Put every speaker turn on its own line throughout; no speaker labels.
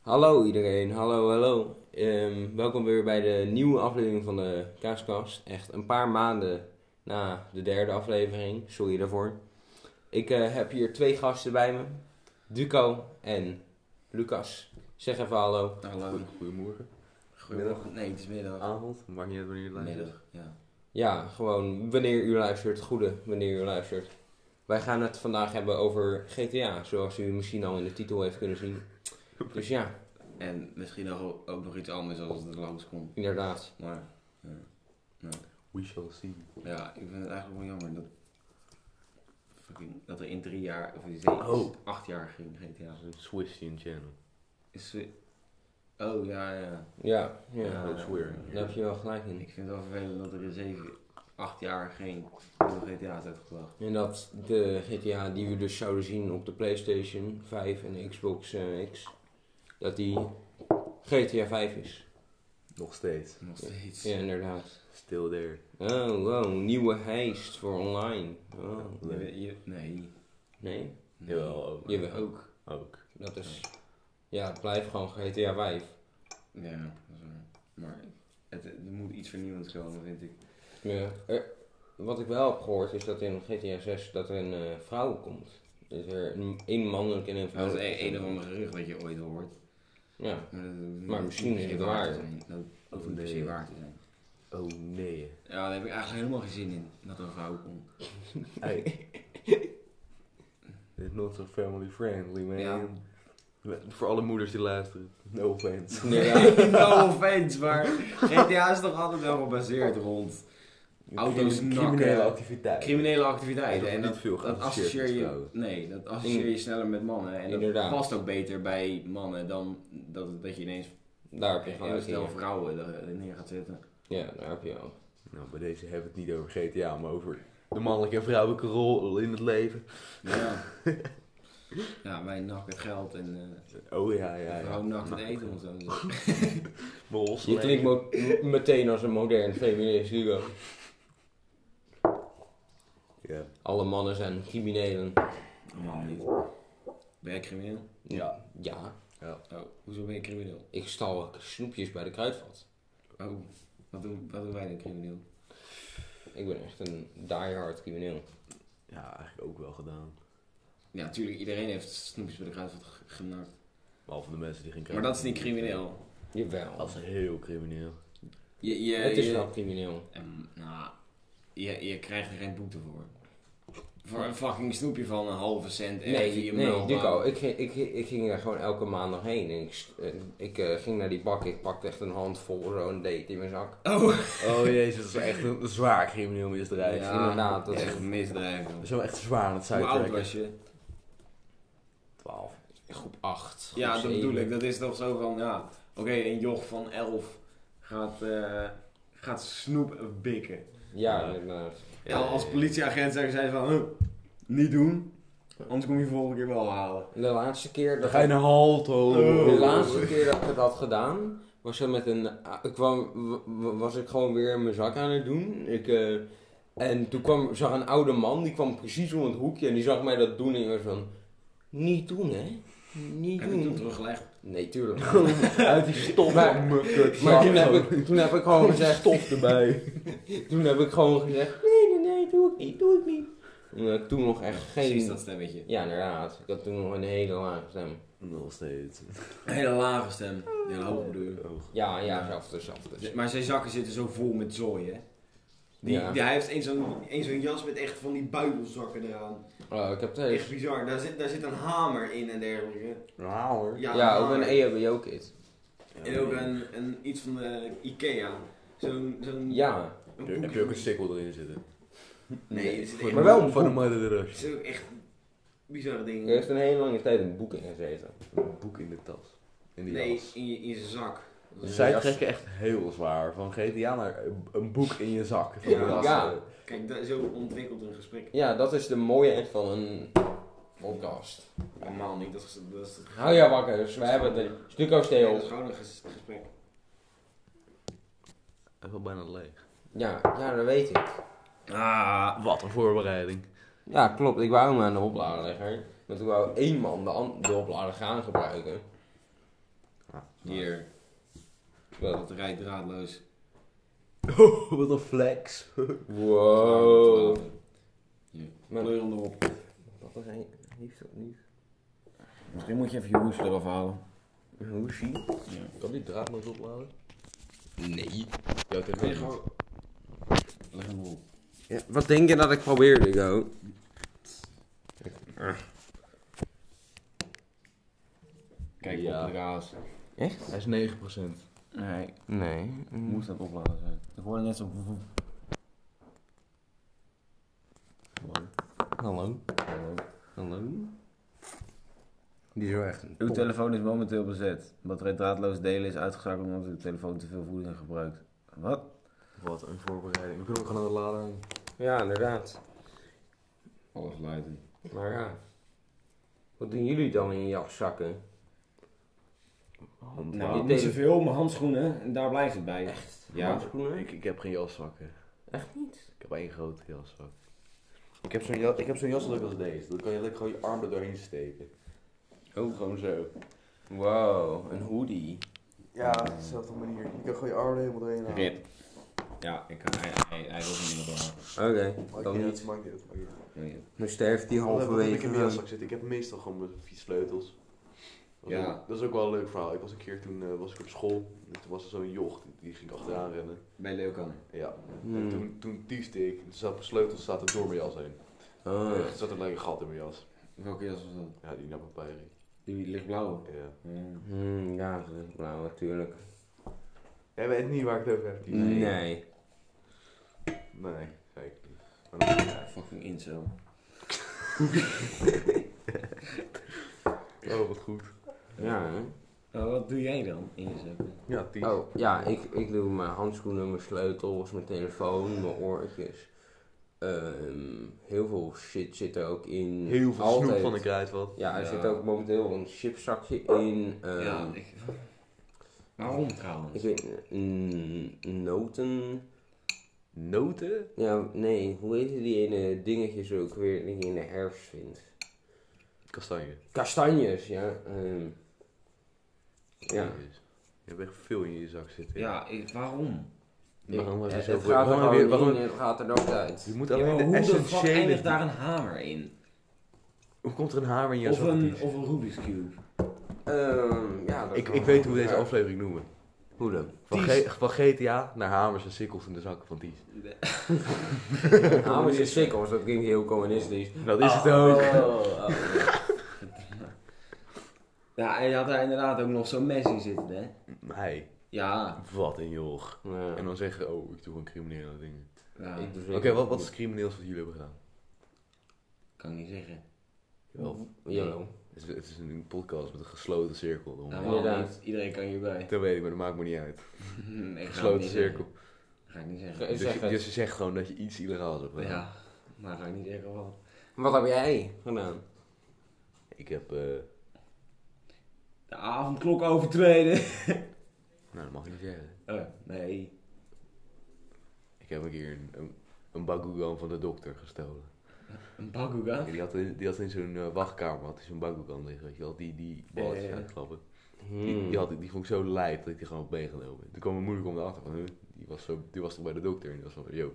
Hallo iedereen, hallo hallo. Ehm, welkom weer bij de nieuwe aflevering van de Kaaskast. Echt een paar maanden na de derde aflevering, sorry daarvoor. Ik eh, heb hier twee gasten bij me, Duco en Lucas. Zeg even hallo.
Hallo.
Goe- Goedemorgen.
Goedemiddag. Nee, het is middag.
Avond. Maakt niet uit wanneer je luistert.
Middag, ja.
Ja, gewoon wanneer u luistert, goede wanneer u luistert. Wij gaan het vandaag hebben over GTA, zoals u misschien al in de titel heeft kunnen zien. Dus ja,
En misschien nog, ook nog iets anders als het er langs komt.
inderdaad.
Maar
We shall see.
ja, ik vind het eigenlijk wel jammer dat, fucking, dat er in drie jaar of in zeven,
Oh.
acht jaar geen GTA is.
Swistian Channel.
Is we- Oh ja, ja.
Ja, ja.
Ja, ook swear.
Daar heb je wel gelijk in.
Ik vind het wel vervelend dat er in zeven, acht jaar geen nieuwe GTA is uitgebracht.
En dat de GTA die we dus zouden zien op de PlayStation 5 en Xbox eh, X, dat die GTA 5 is.
Nog steeds.
Nog steeds.
Ja, inderdaad.
Still there.
Oh, wow, nieuwe heist voor online. Oh,
Je weet- je- nee.
nee,
nee.
Jawel, ook.
Jawel.
Ook.
Ook.
dat is. Ja, het blijft gewoon GTA 5.
Ja, dat is waar. Maar het, er moet iets vernieuwends komen, vind ik.
Ja. Er- wat ik wel heb gehoord is dat in GTA 6 dat er een eh, vrouw komt. Dus er een, één mannelijk en één
Dat
vrouwelijk.
is e- een, een of ander gerucht dat je ooit hoort.
Ja,
Maar, dat,
Maar misschien
hoeft
is
niet
het
per se
waar.
te zijn. Dat hoeft niet per se
Nee.
waar te zijn.
Oh nee.
Ja, daar heb ik eigenlijk helemaal geen zin in. Dat er een vrouw komt.
Hey. It's not so family friendly, man.
Ja.
Voor alle moeders die luisteren. No offense.
inderdaad.
no Nou, offense, maar GTA is toch altijd wel gebaseerd rond Auto's
Crim-
nakken.
Criminele activiteit.
criminele activiteiten. En
Niet
dat,
veel
dat
geassocieerd
associeer
met
je,
vrouwen.
nee, dat associeer je sneller met mannen. En
Inderdaad.
dat past ook beter bij mannen dan dat, dat je ineens
Daar heb je
in een
gelijk in.
stel
ja.
vrouwen er- eh, neer gaat zetten.
Ja, daar heb je wel.
Nou, bij deze hebben we het niet over GTA, maar over de mannelijke en vrouwelijke rol in het leven.
Ja. ja, wij nakken het geld en eh
Oh ja, ja, ja.
de vrouw nakt het eten of zo.
Mols
Je klinkt mo- m- meteen als een modern feminist, Hugo.
Ja.
Alle mannen zijn criminelen.
Normaal niet. Ben jij crimineel?
Ja.
Ja,
Oh, hoezo ben je crimineel?
ik stal snoepjes bij de kruidvat.
Oh, wat doen, wat doen wij dan crimineel?
Ik ben echt een diehard crimineel.
ja, eigenlijk ook wel gedaan.
Ja, natuurlijk, iedereen heeft snoepjes bij de kruidvat g- genakt.
Behalve de mensen die geen
Maar dat is niet crimineel.
Jawel.
Dat is heel crimineel.
Je, je,
Het is
je-
wel crimineel.
Ehm, nou, je, je krijgt er geen boete voor. Voor een fucking snoepje van een halve cent. en even
Nee,
je
nee
melk
Duco,
maken.
ik, ging- ik, ik ging er gewoon elke maandag heen. En ik, st- eh, ik eh, ging naar die bak, ik pakte echt een handvol zo en deed het in mijn zak.
Oh,
Oh jezus, dat is echt een zwaar crimineel misdrijf.
Ja,
inderdaad, dat is-
echt een misdrijf. joh.
Dat is wel echt zwaar aan het
Hoe oud
zuidtrekken.
was je?
12.
Groep 8.
Ja, dat bedoel ik. Dat is toch zo van, ja, oké, een joch van 11 gaat, eh, gaat snoep bikken.
Ja, inderdaad.
Ja, als politieagent zeggen zij van, "Huh, niet doen, anders kom je volgende keer wel halen.
De laatste keer
Dan
dat
ga je naar Halto.
Oh.
De laatste keer dat ik dat had gedaan, was er met een. Ik kwam, w- was ik gewoon weer mijn zak aan het doen. Ik, eh, en toen kwam, zag een oude man, die kwam precies om het hoekje en die zag mij dat doen en die was van. Niet doen, hè? Niet
Heb je toen
doen.
teruggelegd?
Nee, tuurlijk.
Uit die stof.
Maar-
mukkert.
Maar toen heb, ik, toen heb ik gewoon gezegd.
stof erbij.
Toen heb ik gewoon gezegd. Nee, nee, nee, doe ik niet, doe ik niet. En dat ik toen nog echt
Precies
geen.
dat stemmetje.
Ja, inderdaad. Ik had toen nog een hele lage stem.
Nog steeds.
Een hele lage stem. Heel hoog bedoel
Oh.
Ja, ja, zelfs, dus, zelfs. dus.
Maar zijn zakken zitten zo vol met zooi, hè? Die,
Ja.
die- hij heeft één zo'n één zo'n jas met echt van die buidelzakken eraan.
Oh, ik heb
Echt
thuis.
bizar. Daar zit, daar zit een hamer in en dergelijke.
Ja hoor.
Ja,
Ja, ook
hamer.
een E- EHBO-kit.
En ook een, een, iets van de Ikea. Zo'n... zo'n
Ja.
een
Heb je ook een sikkel erin zitten?
Nee, er zit echt-
Maar wel een
Van de
boek.
mother de
er
rush.
zitten ook echt bizarre dingen.
Er heeft een hele lange tijd een boek in gezeten.
Een boek in de tas. In die
Nee,
jas.
in, je- in zijn zak. Dus, eh,
Ja.
Zij trekken echt heel zwaar. Van GTA naar een boek in je zak. Van
Ja.
de jas.
Ja.
Kijk, da- zo ontwikkelt een gesprek.
Ja, dat is de mooie echt van een podcast.
Normaal niet. Dat is, dat is,
Hou jou wakker, dus we hebben de Stuco's
Nee, dat is
Theo.
gewoon een ges- gesprek.
Hij is wel bijna leeg.
Ja, ja, dat weet ik.
Ah, wat een voorbereiding.
Ja, klopt. Ik wou hem aan de oplader leggen. Want ik wou één man de, an- de oplader gaan gebruiken.
Ja,
Hier,
Wat?
batterij draadloos.
Oh, wat een flex. Oh.
Wow.
Hier,
Maar-
kleur hem erop.
Batterij heeft dat niet.
Misschien moet je even je hoes eraf halen.
Hoe zie je?
Ja.
Kan die draad maar eens opladen?
Nee.
Ja, dat kan niet.
Leg hem erop.
Ja, wat denk je dat ik probeerde, Go?
Kijk
Ja.
op de raas.
Echt? Mm.
Hij is 9%.
Nee,
Nee.
moest dat opladen zijn. Ik hoorde net zo.
Hallo. Hallo. Die is wel echt een
Uw telefoon is momenteel bezet. Batterij draadloos delen is uitgeschakeld omdat uw telefoon te veel voeding gebruikt. Wat?
Wat een voorbereiding. We kunnen ook gewoon aan de lader hangen.
Ja, inderdaad.
Alle geluiden.
Maar ja. Wat doen jullie dan in je jaszakken?
Hand-
Die
Nou, niet
delen-
zoveel, mijn handschoenen. En daar blijft het bij.
Echt?
Ja.
Handschoenen?
Ik, ik heb geen jaszakken.
Echt niet.
Ik heb één grote jaszak. Ik heb zo'n jas, ik heb zo'n jas leuk als deze. Dan kan je lekker gewoon je armen doorheen steken.
Oh.
Gewoon zo.
Wow, een hoodie.
Ja, dezelfde manier. Je kan gewoon je armen helemaal doorheen halen.
Rip. Ja, ik kan, hij, hij, hij wil niet meer door.
Oké,
Maakt
dan
niet
niet.
uit, maakt niet uit, maakt niet uit.
Nee.
Dan sterft
Oh,
die
Wat heb- wat heb ik
halverwege.
in mijn jaszak zitten? Ik heb meestal gewoon mijn vier sleutels. Dat is,
Ja.
ook, dat is ook wel een leuk verhaal. Ik was een keer toen eh, was ik op school. En toen was er zo'n joch, die, die ging achteraan rennen.
Bij Leeukan.
Ja.
Hmm.
En toen, toen diefde ik. En Toen zat mijn sleutels zaten door mijn jas heen.
Oh.
Echt, Er zat een lekker gat in mijn jas.
Welke jas was dat?
Ja, die nam papier. in.
Die lichtblauwe.
Ja.
Ja.
Hmm, ja, dat is blauw natuurlijk.
Jij weet niet waar ik het over heb. die-
Nee.
Nee, zeker niet. Maar dat maakt niet uit.
Fucking incel.
Oh, wat goed.
Ja, hè?
Oh, wat doe jij dan in je zakken?
Ja, tien.
Oh, ja, ik, ik doe mijn handschoenen, mijn sleutels, mijn telefoon, mijn oortjes. Ehm, heel veel shit zit er ook in.
Heel veel snoep
Altijd.
van de kruidvat.
Ja, er
Ja.
zit ook momenteel een chipszakje in. ehm,
ik... Waarom trouwens?
Ik weet, mm, noten.
Noten?
Ja, nee, hoe heet die ene dingetjes ook weer die je in de herfst vindt?
Kastanje.
Kastanjes, ja. ehm, ja.
Jezus. Je hebt echt veel in je zak zitten.
Ja, ik- waarom?
Waarom was
het,
je
het
zo voor-
gaat er
waarom
gewoon
heb je-
in,
waarom-
het gaat er nooit uit.
Je moet
Ja, maar
alleen
hoe
de
de fuck
essentiële...
eindigt daar een hamer in?
Hoe komt er een hamer in je
Of
zak?
een,
Ties?
of een Rubik's Cube?
Ehm, ja, dat
Ik,
is
ik weet hoe we
wel-
deze aflevering noemen.
Hoe dan?
Van,
Ties.
G- van GTA naar hamers en sikkels in de zakken van Ties.
Hamers en sikkels, dat klinkt heel communistisch.
Dat is
Ah.
het
Oh,
ook.
Ja, en je had daar inderdaad ook nog zo'n mes in zitten, hè?
Hey,
Ja.
wat een joch.
Ja.
En dan zeggen, oh, ik doe gewoon criminele dingen.
ja.
Ik doe zeker-
Oké, wat, wat is het crimineels wat jullie hebben gedaan?
Kan ik niet zeggen.
Wel,
Jawel.
het is, het is een podcast met een gesloten cirkel. Dan,
Nou,
Ja.
waarom
inderdaad.
niet? Iedereen kan hierbij.
dat weet ik, maar dat maakt me niet uit.
Nee,
Gesloten cirkel.
Ga ik niet zeggen.
Ge-
Dus,
Zeg
je-
het.
dus je zegt gewoon dat je iets illegaals hebt gedaan.
Ja, maar ga ik niet zeggen wat.
Wat heb jij gedaan?
Ik heb, eh,
De avondklok overtreden.
nou dat mag ik niet zeggen.
Oh, nee.
Ik heb een keer een, een, een bakugan van de dokter gestolen.
Een bakugan?
En die had, in- die had in zo'n eh, wachtkamer had hij zo'n bakugan liggen, weet je wel. Die, die balletjes
Ja, ja, ja.
uitklappen. Die,
Hmm.
die, had, ik- die vond ik zo lijp dat ik die gewoon heb meegenomen. Toen kwam mijn moeder om de achter van, huh, die was, zo, die was toch bij de dokter? En die was van, yo.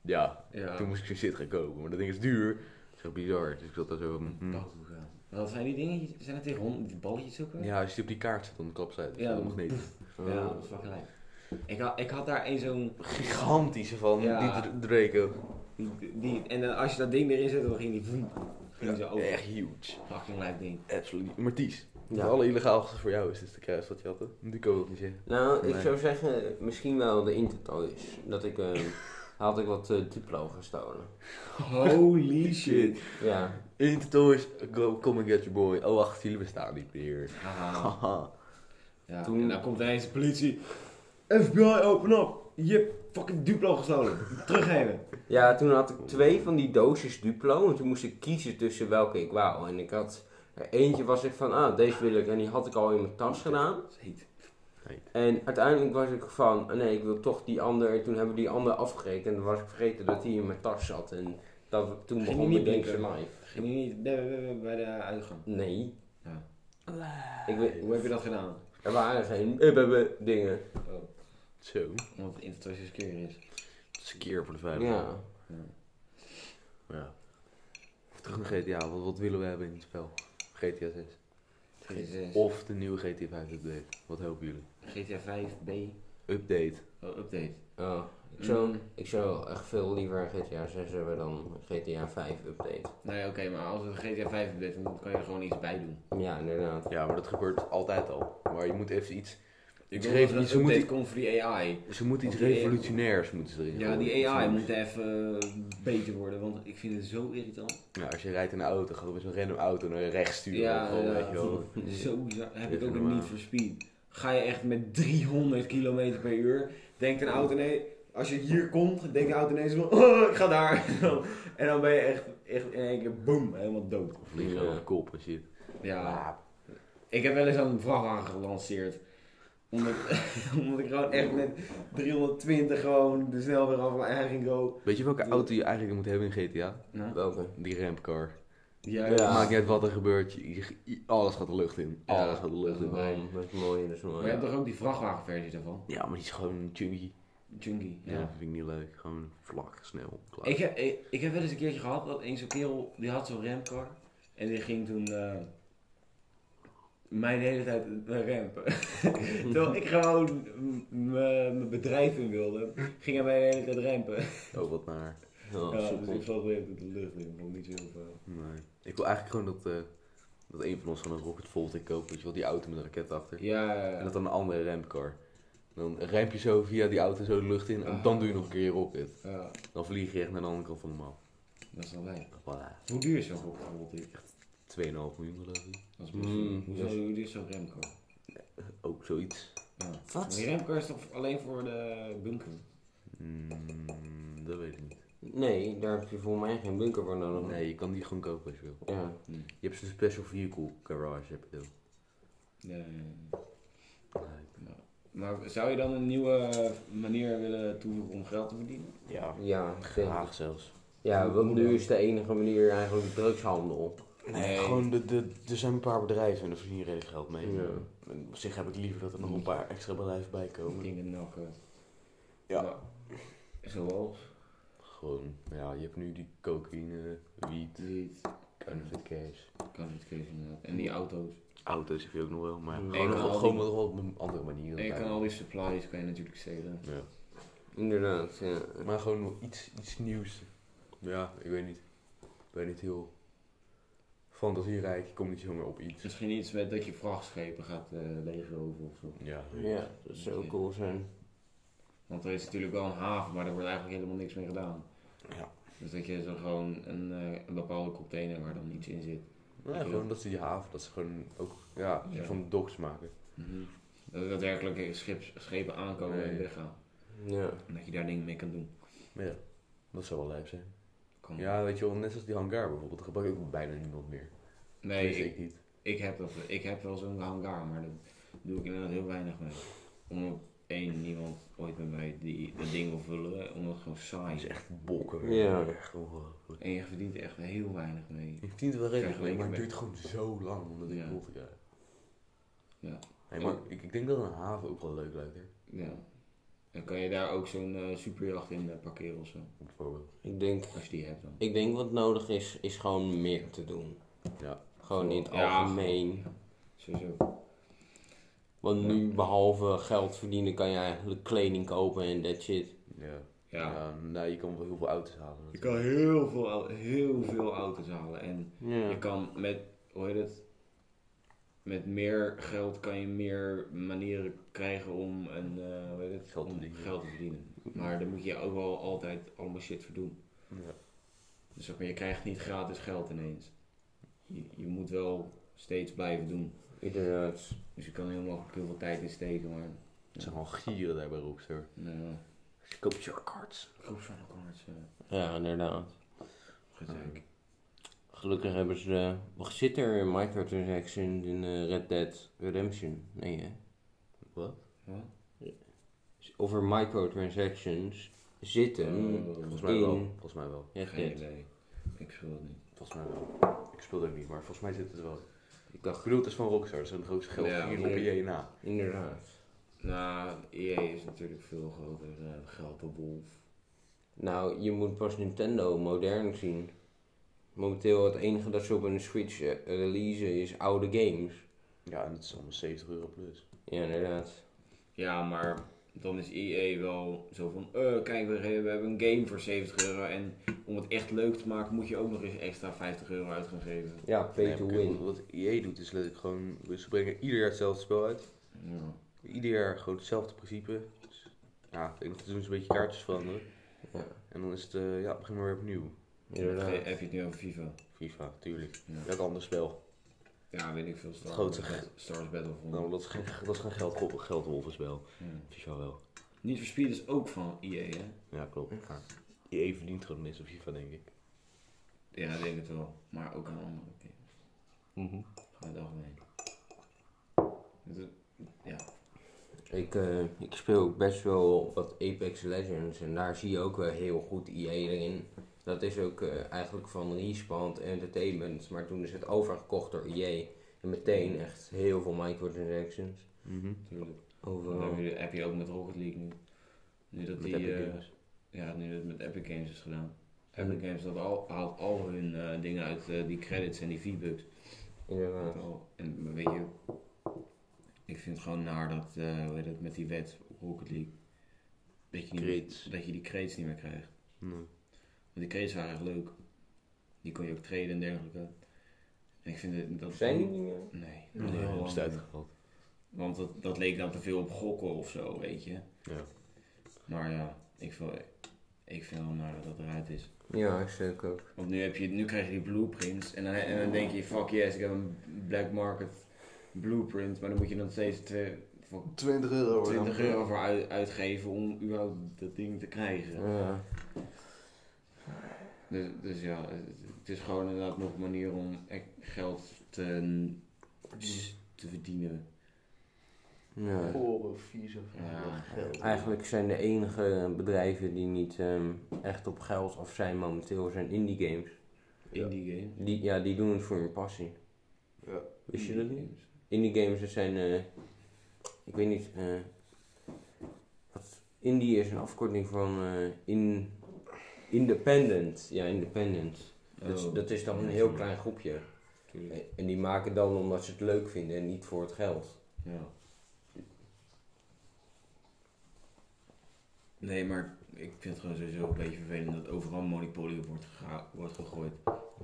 Ja,
Ja.
toen moest ik zo'n shit gaan kopen. Maar dat ding is duur. Dat is echt bizar. Dus ik zat daar zo van,
Mm-hmm. Hmm.
hm.
Bakugan. Wat zijn die dingetjes? Zijn het die rond, die balletjes ook wel?
Ja, als je die op die kaart zet, dan klap ze uit. Dus
Ja,
dat
dan-
mag niet.
Ja, dat is fucking lijp. Ik had, ik had daar een zo'n...
Gigantische van,
Ja.
die Dr- Draco.
Die, die- en dan als je dat ding erin zet, dan ging die... Vroom, ging zo over.
Echt huge.
Fucking lijp ding.
Absoluut. Marties,
Ja.
alle illegaalste voor jou is dit de kruis wat je had. hè? Die kan ik ook niet zeggen.
Nou, ik
Nee.
zou zeggen, misschien wel de intertoys. Dat ik, ehm, had ik wat eh, Duplo gestolen.
Holy shit.
Ja.
Intertoys, go, come and get your boy. Oh wacht, jullie bestaan niet meer.
Haha.
Haha.
Ja,
Toen-
en dan komt ineens de politie. FBI, open up. Je hebt fucking Duplo gestolen. Teruggeven.
ja, toen had ik twee van die doosjes Duplo. En toen moest ik kiezen tussen welke ik wou. En ik had... er Eentje was ik van, ah, deze wil ik. En die had ik al in mijn tas gedaan.
Dat is heet.
En uiteindelijk was ik van, "Oh nee, ik wil toch die ander. En toen hebben we die ander afgerekend. En dan was ik vergeten dat die in mijn tas zat. En dat, toen
Ging die
begon
niet
mijn linkse
blinken?
live.
Ging je niet bij- bij bij- bij de uitgang?
Nee.
Ja.
Ik weet,
Hoe heb je dat gedaan?
er waren geen eh, dingen.
Oh,
Zo.
omdat het internationaal keer is.
Dat is een keer voor de vijf.
Ja.
ja. Of terug naar GTA, wat, wat willen we hebben in het spel? GTA 6.
Jezus.
Of de nieuwe GTA 5 update. Wat helpen jullie?
GTA 5B.
Update.
Oh, update.
Oh, ik zou,
Mm.
ik zou echt veel liever een GTA 6 hebben dan een GTA 5 update.
Nee, oké, maar als het een GTA 5 update, dan kan je er gewoon iets bij doen.
Ja, inderdaad.
Ja, maar dat gebeurt altijd al. Maar je moet even iets.
Ik
Ze
wil dat
heeft
er een
niet- ze moet
update
die-
komt voor die AI.
Ze moeten iets
Of die AI.
revolutionairs moeten ze erin
Ja,
gooien.
die AI
Ze
moet
moeten-
even eh, beter worden, want ik vind het zo irritant.
Ja, als je rijdt in een auto, gaat het met zo'n random auto naar rechts sturen.
Ja,
of gewoon,
ja.
weet je wel.
Zo bizar. Heb ik
Even
ook een
normaal.
niet voor speed. Ga je echt met 300 km per uur, denkt een auto nee, als je hier komt, denkt de auto ineens van, oh, ik ga daar. en dan ben je echt, echt in één keer, boom, helemaal dood.
Of vliegen
Ja.
over de kop en shit.
Ja, Ik heb wel eens aan een vrachtwagen gelanceerd. Omdat, omdat ik gewoon echt met 320 gewoon de snelweg af en aan ging go.
Weet je welke auto je eigenlijk moet hebben in GTA?
Welke?
Die rampcar.
Ja,
Ja.
Maakt niet uit wat er gebeurt, je- je- alles gaat de lucht in.
Ja.
Alles gaat de lucht in.
Waarom? Dat is mooi, dat is
Maar je hebt
mooi.
toch ook die vrachtwagenversie daarvan?
Ja, maar die is gewoon chunky.
Junkie.
Ja, dat vind ik niet leuk. Gewoon vlak, snel, klaar.
Ik, heb, ik, ik heb wel eens een keertje gehad dat een zo'n kerel, die had zo'n remkar. En die ging toen eh, mij de hele tijd eh, rempen. Terwijl ik gewoon m- m- mijn bedrijf in wilde, ging hij mij de hele tijd rempen.
Oh, wat naar.
Oh,
ja, dus
soepel.
ik zat weer in de lucht in, vond niet zo heel veel.
Nee. Ik wil eigenlijk gewoon dat, eh, dat een van ons gewoon een Rocket Voltic koopt. Weet je wel, die auto met een raket achter.
Ja, ja,
En
ja.
dat dan een andere rampcar. Dan ramp je zo via die auto zo de lucht in. En dan doe je nog een keer je rocket.
Ja,
Dan vlieg je echt naar de andere kant van de map.
dat is wel leuk.
Voilà.
Hoe duur is zo'n rocket bijvoorbeeld?
2,5 miljoen geloof ik.
Dat is
Mm,
hoe,
dus-
hoe duur is zo'n remkar?
Ook zoiets.
Ja. Maar
Wat?
die remkar is toch alleen voor de bunker?
Mm, dat weet ik niet.
Nee, daar heb je volgens mij geen bunker voor nodig.
Nee, je kan die gewoon kopen als je wil.
Ja.
Hmm.
Je hebt zo'n special vehicle garage heb je dat.
Nee.
Nee.
Maar zou je dan een nieuwe manier willen toevoegen om geld te verdienen?
Ja,
Ja, ik denk het.
graag zelfs.
ja, want nu is de enige manier eigenlijk drugshandel.
Nee, gewoon, de, de, er zijn een paar bedrijven en daar verdien je redelijk geld mee.
Ja.
En Op zich heb ik liever dat er nog een paar extra bedrijven bij komen.
Kindernakken.
Ja.
eh, Maar, zoals?
Gewoon, ja, je hebt nu die cocaïne, wiet,
Niet.
counterfeit cash.
Kan het keuze inderdaad. En die auto's.
Auto's heb je ook nog wel, maar
Ja.
gewoon,
En je kan
nog,
al
gewoon
die-
nog wel op een andere manier.
En je kan al die supplies kan je natuurlijk stelen.
Ja.
Inderdaad, ja.
Maar gewoon nog iets, iets nieuws. Ja, ik weet niet. Ik ben niet heel fantasierijk, ik kom niet zomaar op iets.
Misschien iets met dat je vrachtschepen gaat eh leegroven of zo.
Ja,
Ja, dat zou cool zijn.
Want er is natuurlijk wel een haven, maar er wordt eigenlijk helemaal niks mee gedaan.
Ja.
Dus dat je zo gewoon een, eh, een bepaalde container waar dan iets in zit.
Nou ja, gewoon dat ze die haven, dat ze gewoon ook ja,
Ja.
van docks maken.
mhm, Dat er daadwerkelijk schips, schepen aankomen en
Nee.
weggaan.
Ja.
En dat je daar dingen mee kan doen.
Ja, dat zou wel lijp zijn.
Kan.
Ja, weet je wel, net als die hangar bijvoorbeeld, dat gebruikt ook bijna niemand meer.
nee,
Tenminste,
ik,
ik niet.
ik, heb dat, ik heb wel zo'n hangar, maar daar doe ik inderdaad heel weinig mee. Omdat één, niemand ooit met mij die dat ding wil vullen, omdat het gewoon saai
Het is
is.
echt bokken.
Ja.
Echt ongelooflijk.
En je verdient er echt heel weinig mee.
Ik vind het wel redelijk,
Vergeleken
maar het
met-
duurt gewoon zo lang om dat ding
Ja.
vol te krijgen.
Ja.
Hey, maar ik, ik denk dat een haven ook wel leuk lijkt, hè?
Ja. En kan je daar ook zo'n eh, superjacht in eh, parkeren of zo?
Bijvoorbeeld.
Ik denk,
Als je die hebt dan.
ik denk wat nodig is, is gewoon meer te doen.
Ja.
Gewoon in het
Ja.
algemeen.
Sowieso.
Want nu, behalve geld verdienen, kan je eigenlijk kleding kopen en dat shit.
Ja.
Ja.
Ja, nou, je kan wel heel veel auto's halen.
Je
natuurlijk.
kan heel veel, au- heel veel auto's halen. En je
Ja.
kan met, hoe heet het? Met meer geld kan je meer manieren krijgen om een, eh, hoe heet het?
Geld te
om
verdienen.
geld te verdienen. Maar daar moet je ook wel altijd allemaal shit voor doen.
Ja.
Dus zeg maar, je krijgt niet gratis geld ineens. Je, je moet wel steeds blijven doen.
Inderdaad.
Dus je kan er heel makkelijk heel veel tijd in steken, maar...
Het zijn gewoon gieren daar bij Rockstar.
Nou, ja.
Je koopt your cards.
Koop zo'n kaart, eh,
Ja, inderdaad.
gezeik.
Gelukkig hebben ze. eh, Wat zit er in microtransactions in eh, Red Dead Redemption? Nee, hè?
Wat?
Wat?
Of er microtransactions zitten
Oh,
Volgens mij wel.
in
Volgens mij wel.
Red
Geen
Dead.
idee. Ik speel het niet.
Volgens mij wel. Ik speel het ook niet, maar volgens mij zit het er wel. Ik dacht, Groot is van Rockstar, dat is een grootste geldverdiener
Ja.
op EA na.
Inderdaad.
Nou, EA is natuurlijk veel groter. eh, Ze hebben geld op wolf.
Nou, je moet pas Nintendo modern zien. Momenteel het enige dat ze op een Switch eh, releasen is oude games.
Ja, en het is allemaal 70 euro plus.
Ja, inderdaad.
Ja, maar dan is EA wel zo van, eh, kijk, we, we hebben een game voor 70 euro. En om het echt leuk te maken, moet je ook nog eens extra 50 euro uit gaan geven.
Ja, pay
Nee,
to
maar kijk,
win.
Wat wat EA doet is letterlijk gewoon, ze brengen ieder jaar hetzelfde spel uit.
Ja.
Ieder jaar gewoon hetzelfde principe. Dus, ja, het enige te doen is een beetje kaartjes veranderen.
Ja,
En dan is het, eh, ja, begin maar weer opnieuw.
Ge-
inderdaad.
Heb je het nu over FIFA?
FIFA, tuurlijk.
Ja.
Welk ander spel?
Ja, weet ik veel. Star
Grote
Wars Bat- Star Wars Battlefront.
Nou, dat is geen, dat is geen geld, geldwolvenspel.
Ja.
FIFA wel.
Niet verspied is ook van EA, hè?
Ja, klopt. EA verdient gewoon het meest op FIFA, denk ik.
Ja, ik denk het wel. Maar ook aan andere games. Ga je dag mee. Het is-
Ik, eh, ik speel ook best wel wat Apex Legends en daar zie je ook wel heel goed EA erin. Dat is ook eh, eigenlijk van Respawn Entertainment, maar toen is het overgekocht door EA. En meteen echt heel veel microtransactions.
Mhm.
Tuurlijk. Dan
Overal.
heb je, heb je ook met Rocket League nu. Nu dat
Met
die,
Epic
eh,
Games.
ja, nu dat het met Epic Games is gedaan.
Hmm.
Epic Games dat al, haalt al hun eh, dingen uit eh, die credits en die V-bucks.
Inderdaad.
Al- En maar weet je, ik vind het gewoon naar dat, eh, hoe heet het, met die wet op Rocket League. Dat je, niet,
Crates.
dat je die crates niet meer krijgt.
Nee.
Want die crates waren echt leuk. Die kon je ook traden en dergelijke. En ik vind het, dat...
Zijn die niet meer?
Nee. heel
Nee, dat
lang
is
niet.
het uitgehaald.
Want dat, dat leek dan te veel op gokken of zo, weet je.
Ja.
Maar ja, ik vind, ik vind wel naar dat dat eruit is.
Ja, ik zeg ook.
Want nu, heb je, nu krijg je die blueprints en dan, en dan denk je, fuck yes, ik heb een black market blueprint. Maar dan moet je dan steeds twee, fuck,
20 euro hoor.
20 euro voor uit- uitgeven om überhaupt dat ding te krijgen.
Ja.
Dus, dus ja, het, het is gewoon inderdaad nog een manier om e- geld te, te verdienen.
ja.
Voor vies of
Ja.
geld.
Eigenlijk zijn de enige bedrijven die niet ehm, echt op geld af zijn momenteel zijn indie games.
In
Ja.
die game.
Die, ja, die doen het voor hun passie.
Ja.
Wist je dat niet? Indie games, dat zijn... eh, ik weet niet... eh, wat, indie is een afkorting van eh, in, independent. Ja, independent. Dat, is-
Oh,
dat is dan
ja,
een heel
ja.
klein groepje.
tuurlijk.
En die maken dan omdat ze het leuk vinden en niet voor het geld.
Ja. Nee, maar ik vind het gewoon sowieso een beetje vervelend dat overal monopolie op wordt, gega- wordt gegooid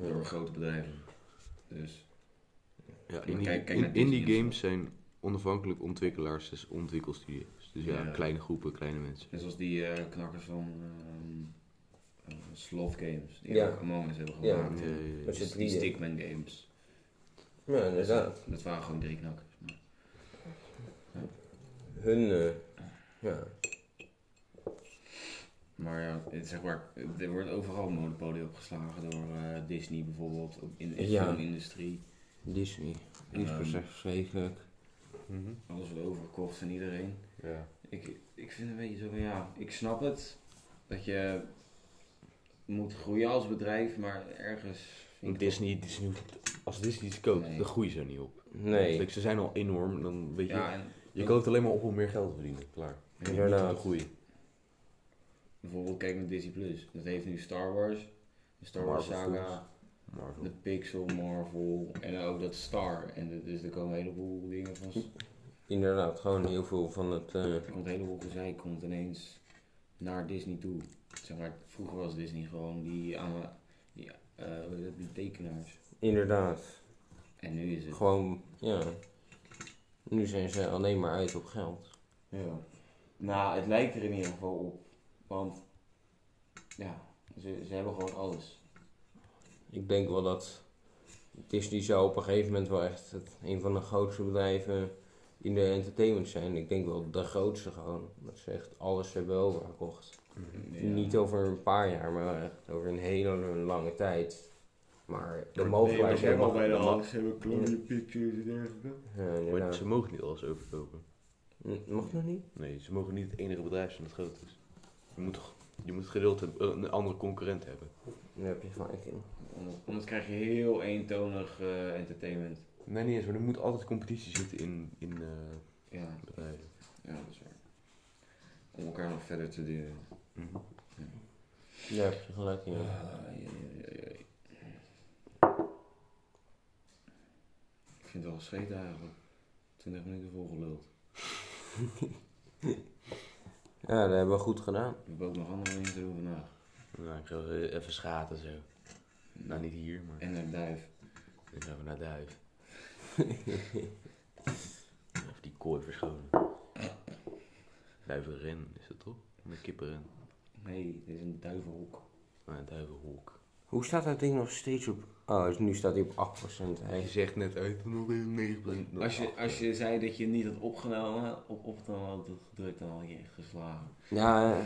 door grote bedrijven. Dus
Ja,
Maar
indie,
kijk- kijk
in-
naar
indie
Disney.
games zijn onafhankelijk ontwikkelaars, dus ontwikkelstudio's. Dus ja,
Ja.
kleine groepen, kleine mensen.
net zoals die eh, knakkers van ehm, eh, Sloth Games, die
Ja.
ook Among Us hebben
Ja.
gemaakt.
Ja, ja, ja.
Met z'n
Dus die
drieën.
Stickman Games.
Ja, inderdaad.
Dat waren gewoon drie knakkers. maar-
Hun, eh, ja.
Maar ja, het, Eh, zeg maar, er wordt overal monopolie opgeslagen door eh, Disney bijvoorbeeld op- in de
Ja.
filmindustrie.
Disney. Iets
Ehm,
um, verschrikkelijk.
Mhm.
Alles wordt overgekocht van iedereen.
ja.
Ik, ik vind een beetje zo van ja, ik snap het. Dat je moet groeien als bedrijf, maar ergens. vind ik
Disney, Disney hoeft- als Disney iets koopt,
Nee.
dan groeien ze er niet op.
Nee,
Kijk, ze zijn al enorm, dan weet
toch-
je,
Ja, en
je koopt alleen maar op om meer geld te verdienen. Klaar. Je hoeft niet om te
inderdaad.
groeien.
bijvoorbeeld kijk naar Disney Plus. Dat heeft nu Star Wars, de Star Wars
Marvel
Saga,
Marvel.
de Pixel, Marvel en ook dat Star. En de- dus er komen een heleboel dingen van. Er
Inderdaad, gewoon heel veel van het. eh,
komt een heleboel gezeik, komt ineens naar Disney toe. Zeg maar, vroeger was Disney gewoon die, aan, die, eh, hoe heet dat, die tekenaars.
inderdaad.
En nu is het.
Gewoon, ja. Nu zijn ze alleen maar uit op geld.
Ja. Nou, het lijkt er in ieder geval op. Want, ja, ze, ze hebben gewoon alles.
Ik denk wel dat Disney zou op een gegeven moment wel echt het, een van de grootste bedrijven in de entertainment zijn. Ik denk wel de grootste gewoon. Dat ze echt alles hebben overgekocht. Niet over een paar jaar, maar echt over een hele lange tijd. Maar de mogelijkheden
ze hebben al
hebben-
Ze hebben
Columbia
Pictures en dergelijke.
Ja,
Maar
inderdaad.
ze mogen niet alles overkopen.
N- Mag dat niet?
Nee, ze mogen niet het enige bedrijf zijn dat groot is. Je moet, toch- je moet gedeeld hebben, eh, een andere concurrent hebben.
Daar heb je gelijk in.
Anders krijg je heel eentonig eh, entertainment.
Nee, niet eens, maar er moet altijd competitie zitten in, in eh,
Ja,
bedrijven.
ja, dat is waar. Om elkaar nog verder te duwen.
Mhm.
Ja, heb je gelijk in.
Ah, Ik vind het wel scheet eigenlijk. 20 minuten volgeluld.
Ja, dat hebben we goed gedaan.
We hebben ook nog andere dingen te doen vandaag.
Nou, ik ga eh, even schaten zo. Nou, niet hier, maar
En naar Duif.
dan gaan we naar Duif. even die kooi verschonen. Duivenren is dat toch? Met kippenren.
Nee, dit is een duivenhok.
Maar duivenhok.
Hoe staat dat ding nog steeds op... Oh, dus nu staat hij op 8%.
Hij
Hij
zegt net uit nog een 9%.
Als je, als je zei dat je niet had opgenomen, op op dan had gedrukt, dan had je echt geslagen.
Ja, eh,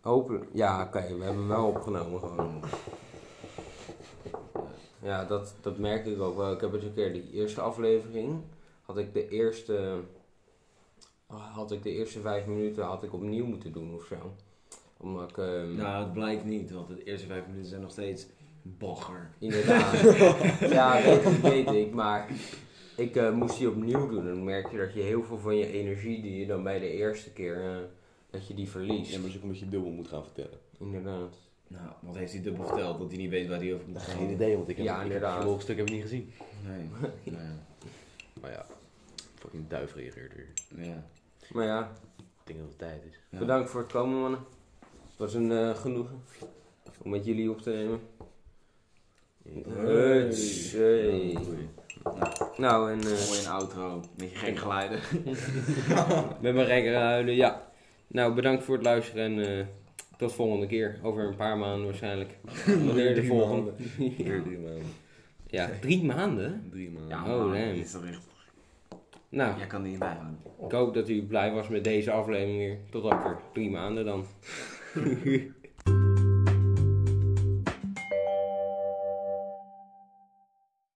hopen. Ja, oké, we hebben wel opgenomen gewoon. Ja, dat, dat merk ik ook wel. Ik heb het een keer die eerste aflevering. Had ik de eerste. Had ik de eerste vijf minuten had ik opnieuw moeten doen of zo. Omdat ik. ehm,
Nou, dat blijkt niet, want de eerste vijf minuten zijn nog steeds bagger.
Inderdaad. ja, weet ik, weet ik. Maar ik eh, moest die opnieuw doen. En dan merk je dat je heel veel van je energie die je dan bij de eerste keer. eh, dat je die verliest.
Ja, maar dat is ook omdat je dubbel moet gaan vertellen.
Inderdaad.
Nou, wat heeft hij dubbel verteld? Dat hij niet weet waar hij over moet gaan.
Geen idee, want ik heb
Ja,
ik heb
inderdaad.
het vorige stuk heb ik niet gezien.
Nee, nou ja.
Maar ja, fucking duif reageert weer.
ja.
Maar ja,
Ik denk dat het tijd is.
Ja.
Bedankt voor het komen, mannen. Het was een eh, genoegen om met jullie op te nemen.
Hey.
Huts, hey. Nou, en eh,
Mooi een outro, met je geen geluiden.
met mijn rekker aan huilen, ja. Nou, bedankt voor het luisteren en eh, tot volgende keer. Over een paar maanden waarschijnlijk. Wanneer de
Drie
volgende.
Weer drie maanden.
ja, drie maanden?
Drie maanden.
Ja. oh,
man,
damn.
dit is toch echt...
Nou,
Jij kan er niet bij gaan.
ik hoop dat u blij was met deze aflevering weer. Tot over drie maanden dan.